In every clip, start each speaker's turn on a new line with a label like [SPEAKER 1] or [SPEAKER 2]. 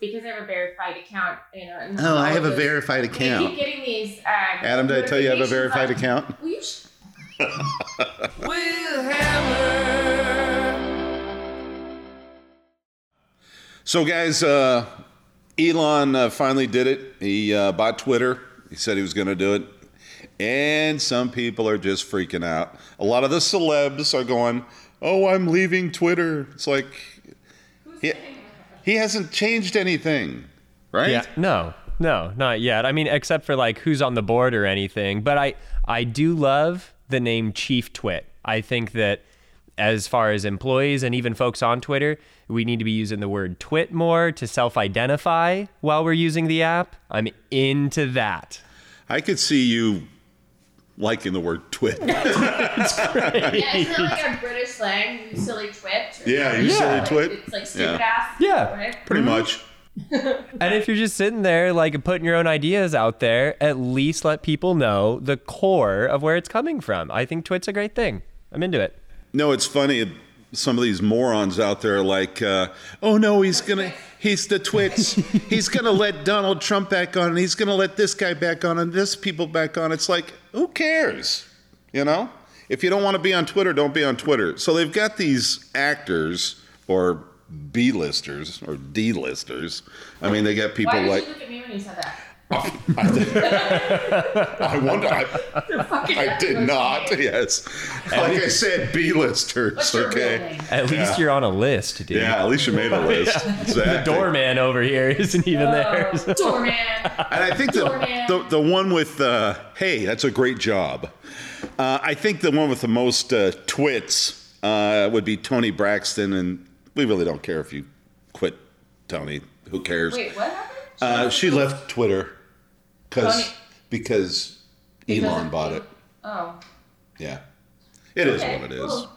[SPEAKER 1] because I have a verified account. You know, and
[SPEAKER 2] Oh, I have a
[SPEAKER 1] those-
[SPEAKER 2] verified
[SPEAKER 1] I keep
[SPEAKER 2] account.
[SPEAKER 1] getting these. Um,
[SPEAKER 2] Adam, did I tell you I have a
[SPEAKER 1] notifications
[SPEAKER 2] verified
[SPEAKER 1] like,
[SPEAKER 2] account?
[SPEAKER 1] Will you sh-
[SPEAKER 2] So, guys, uh, Elon uh, finally did it. He uh, bought Twitter. He said he was going to do it. And some people are just freaking out. A lot of the celebs are going, Oh, I'm leaving Twitter. It's like he, he hasn't changed anything, right?
[SPEAKER 3] Yeah. No, no, not yet. I mean, except for like who's on the board or anything. But I, I do love the name Chief Twit. I think that as far as employees and even folks on Twitter, we need to be using the word twit more to self identify while we're using the app. I'm into that.
[SPEAKER 2] I could see you liking the word twit.
[SPEAKER 1] yeah, it's not like a British slang, you silly twit. or
[SPEAKER 2] Yeah, you
[SPEAKER 3] Yeah.
[SPEAKER 2] silly twit.
[SPEAKER 1] It's like stupid
[SPEAKER 2] Yeah.
[SPEAKER 1] ass.
[SPEAKER 3] Yeah.
[SPEAKER 1] twit.
[SPEAKER 2] Pretty much.
[SPEAKER 3] And if you're just sitting there, like putting your own ideas out there, at least let people know the core of where it's coming from. I think Twit's a great thing. I'm into it.
[SPEAKER 2] No, it's funny. Some of these morons out there are like, uh, oh no, he's gonna, he's the twits. he's gonna let Donald Trump back on, and he's gonna let this guy back on, and this people back on. It's like, who cares? You know, if you don't want to be on Twitter, don't be on Twitter. So they've got these actors or B-listers or D-listers. I mean, they got people
[SPEAKER 1] Why did
[SPEAKER 2] like.
[SPEAKER 1] you look at me when you said that?
[SPEAKER 2] I wonder. I, I did not. Yes, like I said, B-listers.
[SPEAKER 1] What's your
[SPEAKER 2] okay.
[SPEAKER 1] real name?
[SPEAKER 3] At least you're on a list, dude.
[SPEAKER 2] Yeah, at least you made a list. Exactly.
[SPEAKER 3] doorman over here isn't even there.
[SPEAKER 1] Oh, doorman.
[SPEAKER 2] And I think the,
[SPEAKER 1] Doorman.
[SPEAKER 2] the, the one with, uh, hey, that's a great job. Uh, I think the one with the most uh, twits uh, would be Tony Braxton. And we really don't care if you quit, Tony. Who cares?
[SPEAKER 1] Wait, what happened?
[SPEAKER 2] Uh, she left Twitter 'cause-
[SPEAKER 1] Tony-
[SPEAKER 2] because Elon
[SPEAKER 1] of-
[SPEAKER 2] bought it.
[SPEAKER 1] Oh.
[SPEAKER 2] Yeah. it is
[SPEAKER 1] okay,
[SPEAKER 2] what it is.
[SPEAKER 1] cool.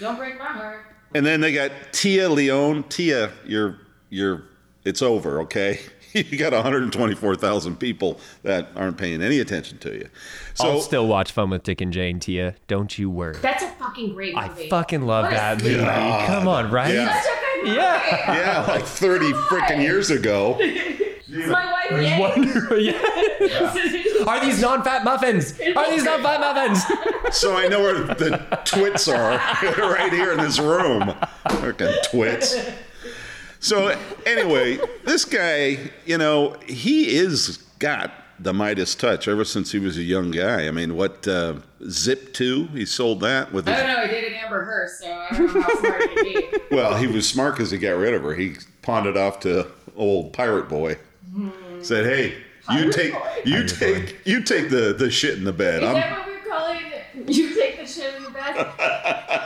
[SPEAKER 1] Don't break my heart.
[SPEAKER 2] And then they got Tia Leone. Tia, you're you're it's over, okay? You got 124,000 people that aren't paying any attention to you. So
[SPEAKER 3] I'll still watch Fun with Dick and Jane, Tia. Don't you worry.
[SPEAKER 1] That's a fucking great
[SPEAKER 3] I
[SPEAKER 1] movie.
[SPEAKER 3] fucking love
[SPEAKER 1] What a
[SPEAKER 3] that movie.
[SPEAKER 1] sweet-
[SPEAKER 3] Come on, right?
[SPEAKER 2] Yeah.
[SPEAKER 1] Such a good movie.
[SPEAKER 3] Yeah.
[SPEAKER 2] yeah, like 30 freaking years ago.
[SPEAKER 1] My wife. Yay.
[SPEAKER 3] Wonder- yeah. Are these non-fat muffins? Are these non-fat muffins?
[SPEAKER 2] So I know where the twits are right here in this room. Freaking twits. So anyway, this guy, you know, he is got the Midas touch ever since he was a young guy. I mean, what uh, Zip 2, he sold that with his
[SPEAKER 1] I don't know. I did an Amber Heard, so I don't know how smart it be.
[SPEAKER 2] Well, he was smart because he got rid of her. He pawned it off to old pirate boy. Said, "Hey, you take, you take, you take the the shit in the bed.
[SPEAKER 1] Is
[SPEAKER 2] I'm,
[SPEAKER 1] that what we're calling? You take the shit in the bed. Is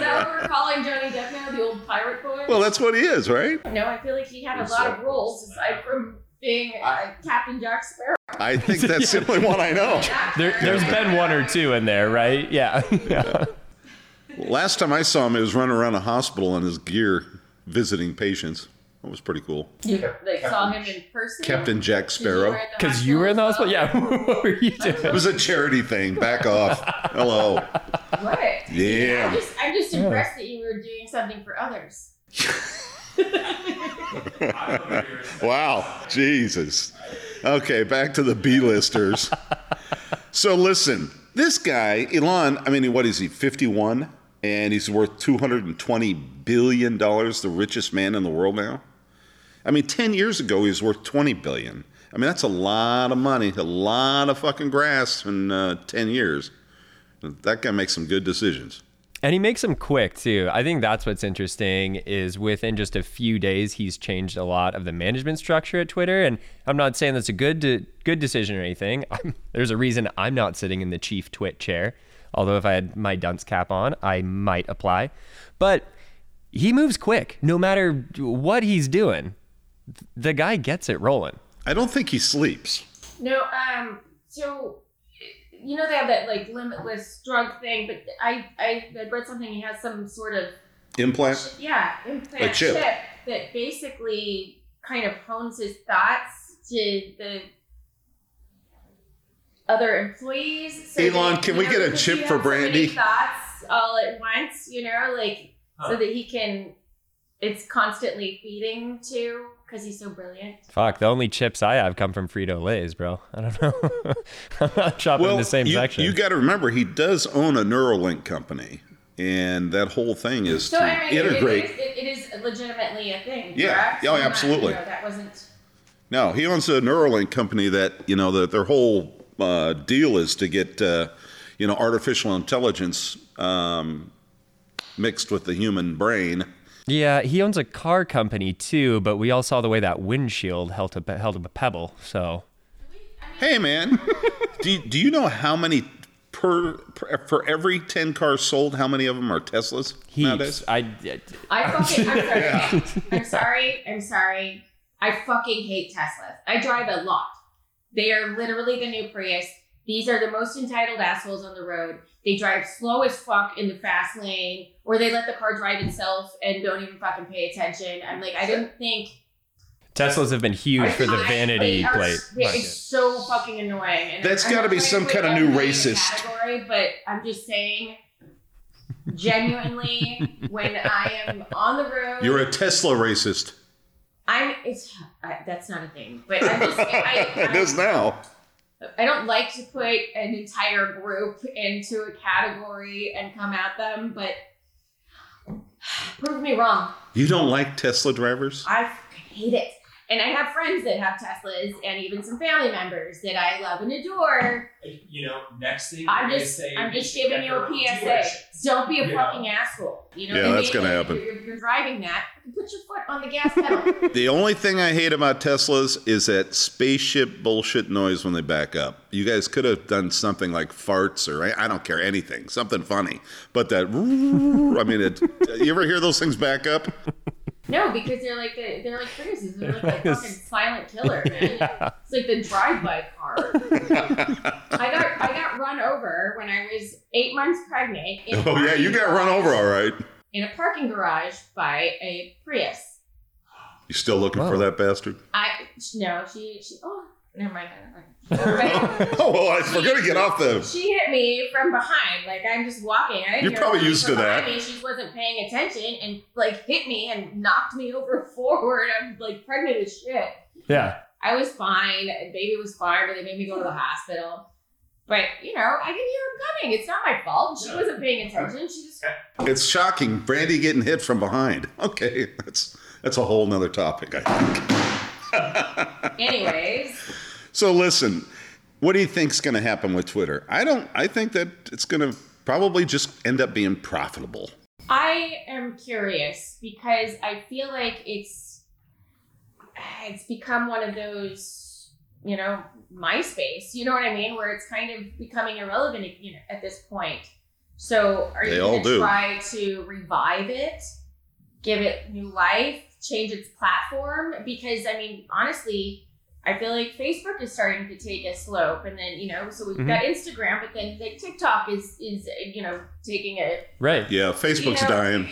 [SPEAKER 1] that what we're calling Johnny Depp now, the old pirate boy?
[SPEAKER 2] well, that's what he is, right?
[SPEAKER 1] no, I feel like he had a lot of roles aside from being uh, Captain Jack Sparrow.
[SPEAKER 2] I think that's the only one I know.
[SPEAKER 3] There, there's been one or two in there, right? Yeah. yeah.
[SPEAKER 2] Last time I saw him, he was running around a hospital in his gear visiting patients. That was pretty cool.
[SPEAKER 1] You like, saw him in person.
[SPEAKER 2] Captain Jack Sparrow. It
[SPEAKER 3] Because you were in the hospital. Yeah. what were you doing?
[SPEAKER 2] was a charity thing. Back off. Hello.
[SPEAKER 1] What? I'm
[SPEAKER 2] Yeah.
[SPEAKER 1] just, I'm just impressed that you were doing something for others.
[SPEAKER 2] Wow. Jesus. Okay, back to the B listers. so listen, this guy, Elon, I mean, what is he, 51? And he's worth $220 billion, the richest man in the world now. I mean, 10 years ago, he was worth $20 billion. I mean, that's a lot of money, a lot of fucking grass in uh, 10 years. That guy makes some good decisions.
[SPEAKER 3] And he makes them quick too. I think that's what's interesting is within just a few days he's changed a lot of the management structure at Twitter. And I'm not saying that's a good de- good decision or anything. I'm, there's a reason I'm not sitting in the chief twit chair. Although if I had my dunce cap on, I might apply. But he moves quick, no matter what he's doing. The guy gets it rolling.
[SPEAKER 2] I don't think he sleeps.
[SPEAKER 1] No, um, so you know they have that like limitless drug thing, but I I, I read something. He has some sort of
[SPEAKER 2] Implant?
[SPEAKER 1] yeah implant
[SPEAKER 2] A chip.
[SPEAKER 1] that basically kind of hones his thoughts to the other employees. So
[SPEAKER 2] Elon,
[SPEAKER 1] that,
[SPEAKER 2] can
[SPEAKER 1] you
[SPEAKER 2] we
[SPEAKER 1] know,
[SPEAKER 2] get a
[SPEAKER 1] because
[SPEAKER 2] chip
[SPEAKER 1] you
[SPEAKER 2] for
[SPEAKER 1] have so many
[SPEAKER 2] Brandy?
[SPEAKER 1] thoughts all at once, you know, like so that he can. It's constantly feeding to because he's so brilliant.
[SPEAKER 3] Fuck, the only chips I have come from Frito Lay's, bro. I don't know. I'm not shopping
[SPEAKER 2] well,
[SPEAKER 3] in the same
[SPEAKER 2] you,
[SPEAKER 3] section.
[SPEAKER 2] you got to remember he does own a Neuralink company, and that whole thing is
[SPEAKER 1] So
[SPEAKER 2] to
[SPEAKER 1] I mean, it-
[SPEAKER 2] integrate.
[SPEAKER 1] It, it, is, it is legitimately a thing.
[SPEAKER 2] Yeah.
[SPEAKER 1] correct?
[SPEAKER 2] Yeah, oh,
[SPEAKER 1] So not-
[SPEAKER 2] absolutely.
[SPEAKER 1] you know, that wasn't.
[SPEAKER 2] No, he owns a Neuralink company that you know that their whole uh, deal is to get uh, you know artificial intelligence um, mixed with the human brain.
[SPEAKER 3] yeah, he owns a car company too, but we all saw the way that windshield held up, held up a pebble. So
[SPEAKER 2] Hey, man, do do you know how many per, per for every ten cars sold, how many of them are Teslas
[SPEAKER 3] he,
[SPEAKER 2] nowadays?
[SPEAKER 3] I, I-
[SPEAKER 1] I fucking. I'm sorry. I'm sorry. I'm sorry. I fucking hate Teslas. I drive a lot. They are literally the new Prius. These are the most entitled assholes on the road. They drive slow as fuck in the fast lane, or they let the car drive itself and don't even fucking pay attention. I'm like, I didn't think
[SPEAKER 3] Teslas have been huge for the
[SPEAKER 1] I-
[SPEAKER 3] vanity
[SPEAKER 1] they are-
[SPEAKER 3] plate.
[SPEAKER 1] they- It's so fucking annoying. And
[SPEAKER 2] That's
[SPEAKER 1] I'm
[SPEAKER 2] gotta
[SPEAKER 1] not
[SPEAKER 2] be
[SPEAKER 1] trying
[SPEAKER 2] some
[SPEAKER 1] put
[SPEAKER 2] kind of new
[SPEAKER 1] everybody in
[SPEAKER 2] racist.
[SPEAKER 1] Category, but I'm just saying, genuinely, when I am on the road,
[SPEAKER 2] You're a Tesla racist.
[SPEAKER 1] I'm. It's I, that's not a thing, but I'm just. I,
[SPEAKER 2] it is
[SPEAKER 1] I,
[SPEAKER 2] now.
[SPEAKER 1] I don't like to put an entire group into a category and come at them, but prove me wrong.
[SPEAKER 2] You don't like Tesla drivers?
[SPEAKER 1] I fucking hate it. And I have friends that have Teslas, and even some family members that I love and adore.
[SPEAKER 4] You know, next thing
[SPEAKER 1] I'm
[SPEAKER 4] we're
[SPEAKER 1] just-
[SPEAKER 4] gonna say
[SPEAKER 1] I'm
[SPEAKER 4] we
[SPEAKER 1] just
[SPEAKER 4] should
[SPEAKER 1] giving
[SPEAKER 4] get
[SPEAKER 1] you a
[SPEAKER 4] their own
[SPEAKER 1] PSA.
[SPEAKER 4] dealerships.
[SPEAKER 1] Don't be a
[SPEAKER 4] Yeah.
[SPEAKER 1] fucking asshole. You know
[SPEAKER 2] Yeah,
[SPEAKER 1] what I
[SPEAKER 2] that's
[SPEAKER 1] mean?
[SPEAKER 2] gonna
[SPEAKER 1] Like,
[SPEAKER 2] happen.
[SPEAKER 1] If you're, if you're driving that, put your foot on the gas pedal.
[SPEAKER 2] The only thing I hate about Teslas is that spaceship bullshit noise when they back up. You guys could have done something like farts or I, I don't care anything, something funny. But that, I mean, it, you ever hear those things back up?
[SPEAKER 1] no, because they're like the, they're like criticisms. They're like the fucking silent killer. Man. It's like the drive-by car. I got I got run over when I was eight months pregnant. in a
[SPEAKER 2] Oh yeah, you
[SPEAKER 1] parking
[SPEAKER 2] got run
[SPEAKER 1] garage-
[SPEAKER 2] over, all right.
[SPEAKER 1] in a parking garage by a Prius.
[SPEAKER 2] You still looking for
[SPEAKER 3] Wow.
[SPEAKER 2] that bastard?
[SPEAKER 1] I no, she she oh never mind. Never mind. But
[SPEAKER 2] Oh well, I, we're gonna get off the.
[SPEAKER 1] she hit me from behind. Like I'm just walking. I didn't
[SPEAKER 2] You're
[SPEAKER 1] hear
[SPEAKER 2] probably
[SPEAKER 1] her
[SPEAKER 2] used
[SPEAKER 1] from
[SPEAKER 2] to
[SPEAKER 1] behind
[SPEAKER 2] that.
[SPEAKER 1] Me. She wasn't paying attention and like hit me and knocked me over forward. I'm like pregnant as shit.
[SPEAKER 3] yeah.
[SPEAKER 1] I was fine. Baby was fine, but they made me go to the hospital. But you know, I didn't hear him coming. It's not my fault. She
[SPEAKER 4] Yeah.
[SPEAKER 1] wasn't paying attention. She just
[SPEAKER 2] It's shocking, Brandy getting hit from behind. Okay, that's that's a whole nother topic. I think.
[SPEAKER 1] anyways.
[SPEAKER 2] So listen, what do you think's going to happen with Twitter? I don't. I think that it's going to probably just end up being profitable.
[SPEAKER 1] I am curious because I feel like it's it's become one of those, you know, MySpace. You know what I mean, where it's kind of becoming irrelevant, you know, at this point. So are
[SPEAKER 2] They
[SPEAKER 1] you
[SPEAKER 2] all
[SPEAKER 1] going to
[SPEAKER 2] do.
[SPEAKER 1] try to revive it, give it new life, change its platform? Because I mean, honestly. I feel like Facebook is starting to take a slope, and then you know, so we've
[SPEAKER 3] Mhm.
[SPEAKER 1] got Instagram, but then like TikTok is is you know taking a
[SPEAKER 3] Right.
[SPEAKER 2] Yeah, Facebook's
[SPEAKER 1] You know-
[SPEAKER 2] dying.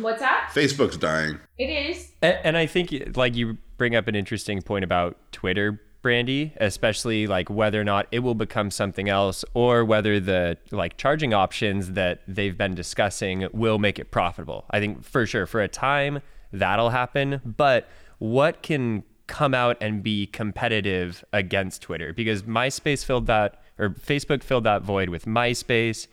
[SPEAKER 1] what's that?
[SPEAKER 2] Facebook's dying.
[SPEAKER 1] It is.
[SPEAKER 3] And, and I think like you bring up an interesting point about Twitter, Brandy, especially like whether or not it will become something else or whether the like charging options that they've been discussing will make it profitable. I think for sure for a time that'll happen, but what can come out and be competitive against Twitter because MySpace filled that or Facebook filled that void with MySpace.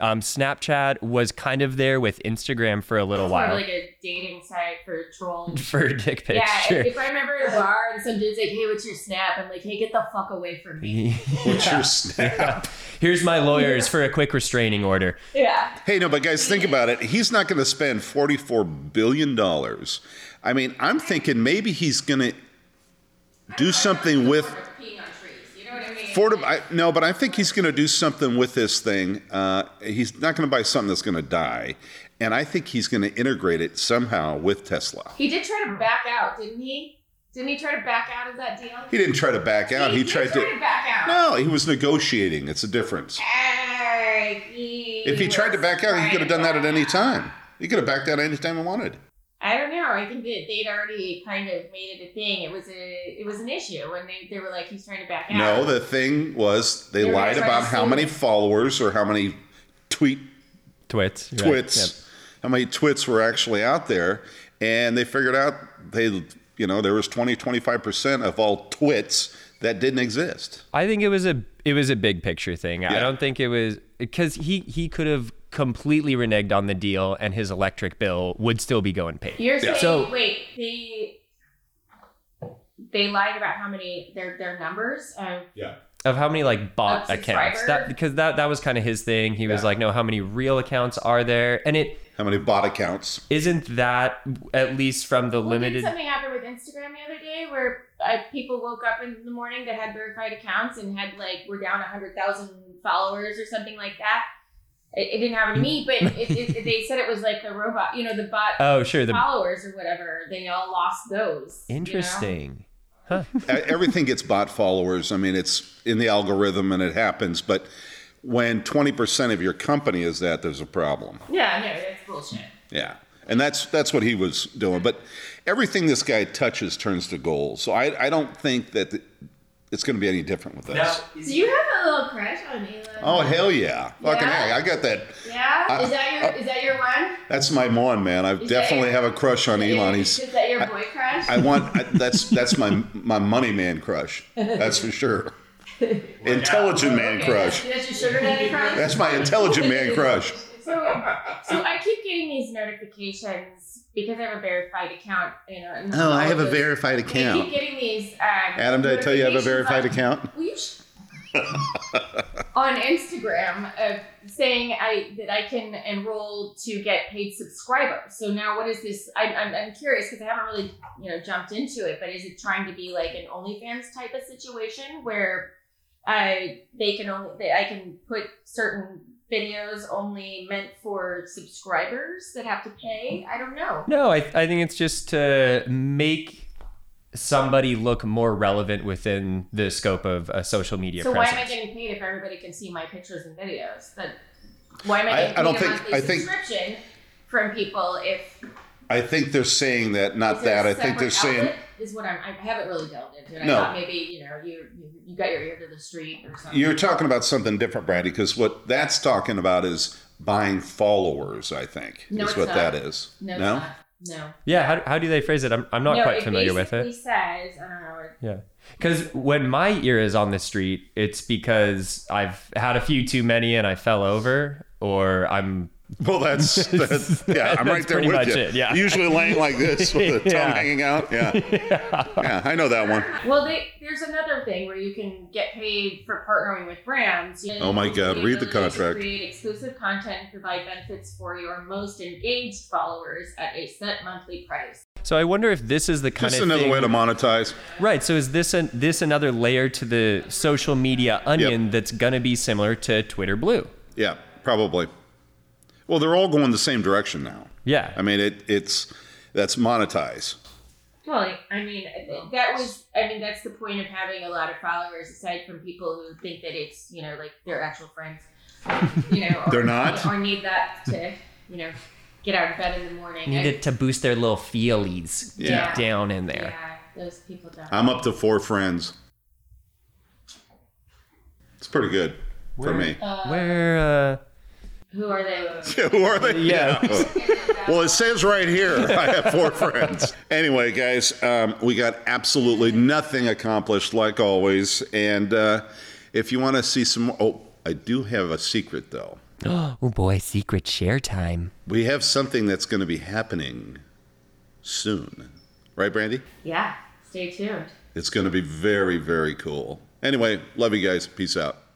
[SPEAKER 3] Um, Snapchat was kind of there with Instagram for a little
[SPEAKER 1] It's
[SPEAKER 3] while
[SPEAKER 1] More like a dating site for trolls.
[SPEAKER 3] for dick pics.
[SPEAKER 1] yeah,
[SPEAKER 3] sure.
[SPEAKER 1] if, if I remember at a bar and some dude's like, "Hey, what's your snap?" I'm like, "Hey, get the fuck away from me."
[SPEAKER 2] What's your snap?
[SPEAKER 3] Here's my lawyers for a quick restraining order.
[SPEAKER 1] Yeah.
[SPEAKER 2] Hey, no, but guys, think about it. He's not going to spend forty-four billion dollars. I mean, I'm thinking maybe he's going to do something with
[SPEAKER 1] Peeing on trees. You know what I mean?
[SPEAKER 2] Ford. I, no, but I think he's going to do something with this thing. Uh, he's not going to buy something that's going to die, and I think he's going to integrate it somehow with Tesla.
[SPEAKER 1] he did try to back out, didn't he? Didn't he try to back out of that deal?
[SPEAKER 2] He didn't try to back out. He,
[SPEAKER 1] did
[SPEAKER 2] tried
[SPEAKER 1] try
[SPEAKER 2] to.
[SPEAKER 1] back out.
[SPEAKER 2] No, he was negotiating. It's a difference.
[SPEAKER 1] Ay, he
[SPEAKER 2] If he tried to
[SPEAKER 1] was
[SPEAKER 2] back out, he
[SPEAKER 1] trying
[SPEAKER 2] could have done
[SPEAKER 1] to
[SPEAKER 2] that at
[SPEAKER 1] back
[SPEAKER 2] any
[SPEAKER 1] out.
[SPEAKER 2] time. He could have backed out any time he wanted.
[SPEAKER 1] I don't know. I think that they'd already kind of made it a thing. It was a, it was an issue when they, they were like, he's trying to back out.
[SPEAKER 2] No, the thing was they
[SPEAKER 1] They were
[SPEAKER 2] lied
[SPEAKER 1] trying
[SPEAKER 2] about
[SPEAKER 1] to
[SPEAKER 2] how
[SPEAKER 1] sue
[SPEAKER 2] many
[SPEAKER 1] him.
[SPEAKER 2] followers or how many tweet
[SPEAKER 3] Twits. right,
[SPEAKER 2] twits, how many twits were actually out there, and they figured out They, you know, there was 20, 25% of all twits that didn't exist.
[SPEAKER 3] I think it was a it was a big picture thing. I
[SPEAKER 2] Yeah.
[SPEAKER 3] don't think it was because he he could have completely reneged on the deal, and his electric bill would still be going paid.
[SPEAKER 1] You're saying
[SPEAKER 3] So-
[SPEAKER 1] wait, they they lied about how many their their numbers. Um,
[SPEAKER 3] of how many like bot
[SPEAKER 1] Of
[SPEAKER 3] accounts
[SPEAKER 1] subscriber?
[SPEAKER 3] that because that that was kind of his thing he was
[SPEAKER 2] Yeah.
[SPEAKER 3] like no how many real accounts are there and it
[SPEAKER 2] How many bot accounts?
[SPEAKER 3] isn't that at least from the
[SPEAKER 1] well, didn't
[SPEAKER 3] limited
[SPEAKER 1] something happened with Instagram the other day where uh, people woke up in the morning that had verified accounts and had like were down hundred thousand followers or something like that. It, it didn't happen to me, but it, it, it- they said it was like the robot, you know, the bot
[SPEAKER 3] oh sure the
[SPEAKER 1] followers or whatever. They all lost those. you know?
[SPEAKER 3] interesting
[SPEAKER 2] Uh, Everything gets bot followers. I mean, it's in the algorithm and it happens. But when 20% of your company is that, there's a problem.
[SPEAKER 1] Yeah, no, that's bullshit.
[SPEAKER 2] Yeah. And that's that's what he was doing. But everything this guy touches turns to gold. So I, I don't think that th- it's going to be any different with
[SPEAKER 4] Now,
[SPEAKER 2] us.
[SPEAKER 4] is
[SPEAKER 1] Do you have a little crush on Ayla?
[SPEAKER 2] Oh hell yeah! Fucking
[SPEAKER 1] Yeah.
[SPEAKER 2] A, I got that.
[SPEAKER 1] yeah.
[SPEAKER 2] I-
[SPEAKER 1] is that your is that your one?
[SPEAKER 2] That's my one man. I
[SPEAKER 1] that
[SPEAKER 2] definitely
[SPEAKER 1] your-
[SPEAKER 2] have a crush on Elon. He's
[SPEAKER 1] is that your boy crush?
[SPEAKER 2] I want I, that's that's my my money man crush. That's for sure. Intelligent man
[SPEAKER 1] Okay,
[SPEAKER 2] crush.
[SPEAKER 1] That's your sugar daddy crush.
[SPEAKER 2] That's my intelligent man crush.
[SPEAKER 1] so, so I keep getting these notifications because I have a verified account. You know, and
[SPEAKER 2] Oh, I have a
[SPEAKER 1] those-
[SPEAKER 2] verified
[SPEAKER 1] I keep
[SPEAKER 2] account.
[SPEAKER 1] getting these. Um,
[SPEAKER 2] Adam, did I tell you I have a
[SPEAKER 1] notifications
[SPEAKER 2] verified
[SPEAKER 1] on-
[SPEAKER 2] account?
[SPEAKER 1] Will you sh- on Instagram of saying I that I can enroll to get paid subscribers. So now, what is this? I'm I'm, I'm curious because I haven't really you know jumped into it, but is it trying to be like an OnlyFans type of situation where I they can only they, I can put certain videos only meant for subscribers that have to pay? I don't know.
[SPEAKER 3] no I, I think it's just to make somebody look more relevant within the scope of a social media
[SPEAKER 1] So why
[SPEAKER 3] presence
[SPEAKER 1] am I getting paid if everybody can see my pictures and videos? That why am I
[SPEAKER 2] I-
[SPEAKER 1] getting
[SPEAKER 2] I
[SPEAKER 1] paid
[SPEAKER 2] don't
[SPEAKER 1] a
[SPEAKER 2] think-
[SPEAKER 1] monthly
[SPEAKER 2] I think-
[SPEAKER 1] subscription from people if
[SPEAKER 2] I think they're saying that, not
[SPEAKER 1] is there
[SPEAKER 2] that.
[SPEAKER 1] a
[SPEAKER 2] I think they're
[SPEAKER 1] separate
[SPEAKER 2] saying
[SPEAKER 1] outlet? is what I'm. I haven't really delved into it. I
[SPEAKER 2] No.
[SPEAKER 1] thought maybe you know you you- you got your ear to the street or something.
[SPEAKER 2] You're talking about something different, Brandy, because what that's talking about is buying followers. I think
[SPEAKER 1] No,
[SPEAKER 2] is
[SPEAKER 1] it's
[SPEAKER 2] what
[SPEAKER 1] not.
[SPEAKER 2] that is.
[SPEAKER 1] no, it's not. no.
[SPEAKER 3] yeah how, how do they phrase it i'm, I'm not
[SPEAKER 1] no,
[SPEAKER 3] quite familiar with
[SPEAKER 1] basically
[SPEAKER 3] it
[SPEAKER 1] Says uh, I don't know. it-
[SPEAKER 3] Yeah. Because when my ear is on the street, it's because I've had a few too many and I fell over, or I'm.
[SPEAKER 2] Well, that's, that's yeah. I'm right
[SPEAKER 3] That's
[SPEAKER 2] there
[SPEAKER 3] pretty
[SPEAKER 2] with
[SPEAKER 3] much
[SPEAKER 2] you.
[SPEAKER 3] it, yeah.
[SPEAKER 2] Usually laying like this with the
[SPEAKER 3] Yeah.
[SPEAKER 2] tongue hanging out. Yeah. yeah, I know that one.
[SPEAKER 1] Well, they, there's another thing where you can get paid for partnering with brands. You
[SPEAKER 2] Oh my God,
[SPEAKER 1] you
[SPEAKER 2] read the
[SPEAKER 1] really
[SPEAKER 2] contract.
[SPEAKER 1] Create exclusive content, and provide benefits for your most engaged followers at a set monthly price.
[SPEAKER 3] So I wonder if this is the kind
[SPEAKER 2] Just
[SPEAKER 3] of
[SPEAKER 2] another
[SPEAKER 3] thing,
[SPEAKER 2] way to monetize.
[SPEAKER 3] right. So is this an, this another layer to the social media onion that's gonna be similar to Twitter Blue?
[SPEAKER 2] Yeah, probably. Well, they're all going the same direction now.
[SPEAKER 3] Yeah.
[SPEAKER 2] I mean, it, it's that's monetize.
[SPEAKER 1] Well, I mean, that was, I mean, that's the point of having a lot of followers, aside from people who think that it's, you know, like their actual friends, you know, or,
[SPEAKER 2] They're not?
[SPEAKER 1] or need that to, you know, get out of bed in the morning. I-
[SPEAKER 3] Needed to boost their little feelies deep
[SPEAKER 1] Yeah.
[SPEAKER 3] down in there.
[SPEAKER 1] yeah, those people don't.
[SPEAKER 2] I'm up to four friends. It's pretty good for
[SPEAKER 3] Where-
[SPEAKER 2] me.
[SPEAKER 3] Where uh,
[SPEAKER 1] who are they?
[SPEAKER 2] Who are they?
[SPEAKER 3] Yeah.
[SPEAKER 2] Well, it says right here I have four friends. Anyway, guys, um, we got absolutely nothing accomplished, like always. And uh, if you want to see some, oh, I do have a secret though.
[SPEAKER 3] oh boy, secret share time.
[SPEAKER 2] We have something that's going to be happening soon, right, Brandy?
[SPEAKER 1] Yeah, stay tuned.
[SPEAKER 2] It's going to be very, very cool. Anyway, love you guys. Peace out.